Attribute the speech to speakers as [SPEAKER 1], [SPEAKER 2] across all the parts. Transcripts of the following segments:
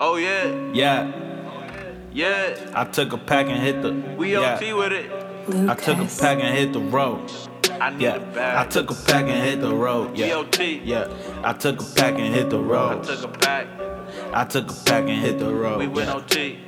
[SPEAKER 1] Oh yeah,
[SPEAKER 2] Yeah,
[SPEAKER 1] yeah.
[SPEAKER 2] I took a pack and hit the.
[SPEAKER 1] We
[SPEAKER 2] yeah.
[SPEAKER 1] OT with it.
[SPEAKER 2] I took a pack and hit the road.
[SPEAKER 1] I need a
[SPEAKER 2] Yeah, I
[SPEAKER 1] bag.
[SPEAKER 2] took a pack and hit the road. Yeah,
[SPEAKER 1] BOT.
[SPEAKER 2] yeah, I took a pack and hit the
[SPEAKER 1] I
[SPEAKER 2] road.
[SPEAKER 1] took a pack.
[SPEAKER 2] I took a pack and hit the road.
[SPEAKER 1] We went
[SPEAKER 2] yeah.
[SPEAKER 1] OT.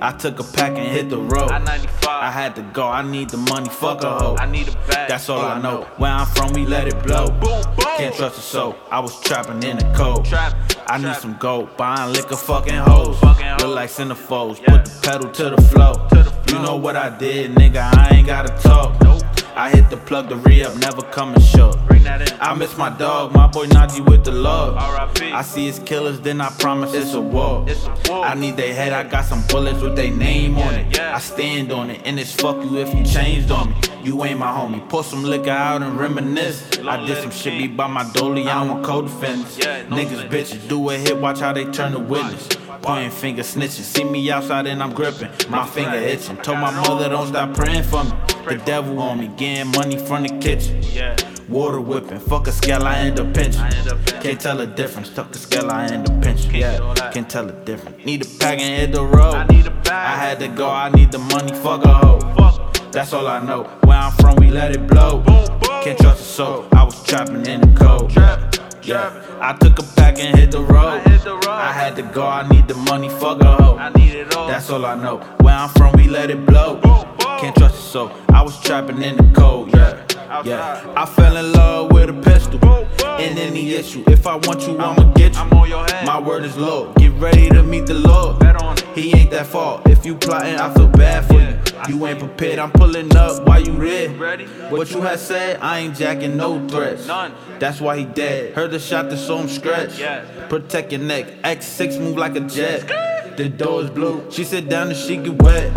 [SPEAKER 2] I took a pack and hit the road.
[SPEAKER 1] I 95.
[SPEAKER 2] I had to go. I need the money. Fuck a hoe.
[SPEAKER 1] I need a bag.
[SPEAKER 2] That's all
[SPEAKER 1] Oh,
[SPEAKER 2] I know.
[SPEAKER 1] no.
[SPEAKER 2] Where I'm from, we let it blow.
[SPEAKER 1] Boom, boom.
[SPEAKER 2] Can't trust a soul. I was trapping in the cold.
[SPEAKER 1] Trap,
[SPEAKER 2] I need
[SPEAKER 1] trap.
[SPEAKER 2] some gold. Buying liquor, fucking hoes.
[SPEAKER 1] Fucking hoes.
[SPEAKER 2] Look like centerfolds.
[SPEAKER 1] Yeah.
[SPEAKER 2] Put the pedal to the flow.
[SPEAKER 1] To the flow.
[SPEAKER 2] You know what I did, nigga. I ain't gotta talk.
[SPEAKER 1] Nope.
[SPEAKER 2] I hit the plug, the re up, never coming short.
[SPEAKER 1] Bring that in.
[SPEAKER 2] I miss my dog, my boy Najee with the love.
[SPEAKER 1] R.I.P..
[SPEAKER 2] I see his killers, then I promise it's a war.
[SPEAKER 1] It's a war.
[SPEAKER 2] I need they head, I got some bullets with they name on
[SPEAKER 1] Yeah,
[SPEAKER 2] it.
[SPEAKER 1] yeah.
[SPEAKER 2] I stand on it, and it's fuck you if you changed on me. You ain't my homie. Pour some liquor out and reminisce.
[SPEAKER 1] Long
[SPEAKER 2] I
[SPEAKER 1] let
[SPEAKER 2] did some
[SPEAKER 1] it
[SPEAKER 2] shit,
[SPEAKER 1] be.
[SPEAKER 2] be by my dolly, I want co-defendants.
[SPEAKER 1] Yeah, no
[SPEAKER 2] Niggas,
[SPEAKER 1] limit.
[SPEAKER 2] bitches, do a hit, watch how they turn to witness. Pointing finger, snitching. See me outside and I'm gripping. My finger itching. Told my mother don't stop praying for me. The devil on me, getting money from the kitchen.
[SPEAKER 1] Yeah.
[SPEAKER 2] Water whipping, fuck a scale, I end up pinching.
[SPEAKER 1] I end up pinching.
[SPEAKER 2] Can't tell the difference, tuck a scale, I end up pinching.
[SPEAKER 1] Can't do
[SPEAKER 2] Yeah,
[SPEAKER 1] all that.
[SPEAKER 2] can't tell the difference. Need a pack and hit the road.
[SPEAKER 1] I need a bag.
[SPEAKER 2] I had to go, I need the money, fuck a hoe.
[SPEAKER 1] Fuck.
[SPEAKER 2] That's all I know. Where I'm from, we let it blow.
[SPEAKER 1] Boom, boom.
[SPEAKER 2] Can't trust a soul, I was trapping in the cold.
[SPEAKER 1] Trap,
[SPEAKER 2] Yeah,
[SPEAKER 1] trap.
[SPEAKER 2] I took a pack and hit the road.
[SPEAKER 1] I hit the road.
[SPEAKER 2] I had to go, I need the money, fuck a hoe.
[SPEAKER 1] I need it all.
[SPEAKER 2] That's all I know. Where I'm from, we let it blow.
[SPEAKER 1] Boom, boom.
[SPEAKER 2] Can't trust a soul. I was trapping in the cold, yeah.
[SPEAKER 1] Outside.
[SPEAKER 2] Yeah. I fell in love with a pistol.
[SPEAKER 1] Boom, boom.
[SPEAKER 2] And any issue, if I want you, I'ma get
[SPEAKER 1] I'm
[SPEAKER 2] you.
[SPEAKER 1] on your head.
[SPEAKER 2] My word is law. Get ready to meet the Lord.
[SPEAKER 1] Bet on it.
[SPEAKER 2] He ain't that far. If you plotting, I feel bad for
[SPEAKER 1] Yeah.
[SPEAKER 2] you. You ain't prepared. I'm pulling up while you there.
[SPEAKER 1] Ready?
[SPEAKER 2] What you had said, I ain't jacking no threats.
[SPEAKER 1] None.
[SPEAKER 2] That's why he dead. Heard the shot that saw him scratch.
[SPEAKER 1] Yeah.
[SPEAKER 2] Protect your neck. X6 move like a jet. The door is blue. She sit down and she get wet.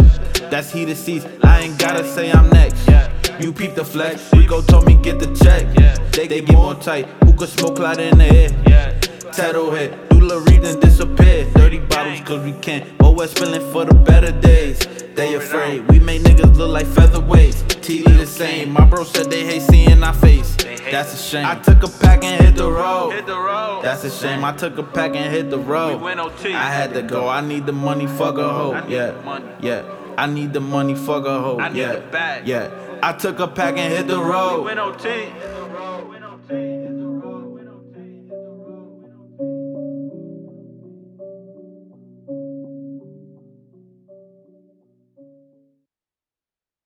[SPEAKER 2] That's he that sees. I ain't gotta say I'm next.
[SPEAKER 1] Yeah.
[SPEAKER 2] You peep the flex. Rico told me get the check.
[SPEAKER 1] Yeah.
[SPEAKER 2] They, they get more tight. Who could smoke cloud in the air?
[SPEAKER 1] Yeah.
[SPEAKER 2] Title hit, do La reading disappear. Dirty bottles, cause we can't. But we're spilling for the better days. They afraid, we make niggas look like featherweights. T E the same, my bro said they hate seeing our face.
[SPEAKER 1] hate
[SPEAKER 2] That's a
[SPEAKER 1] it.
[SPEAKER 2] shame. I took a pack and hit the road.
[SPEAKER 1] Hit the road.
[SPEAKER 2] That's a shame. I took a pack and hit the road.
[SPEAKER 1] We went OT.
[SPEAKER 2] I had to go. I need the money, fuck a hoe.
[SPEAKER 1] I need
[SPEAKER 2] yeah,
[SPEAKER 1] the money.
[SPEAKER 2] yeah. I need the money, fuck a hoe.
[SPEAKER 1] I need
[SPEAKER 2] yeah,
[SPEAKER 1] the bag.
[SPEAKER 2] yeah. I took a pack and hit the road.
[SPEAKER 1] We went OT.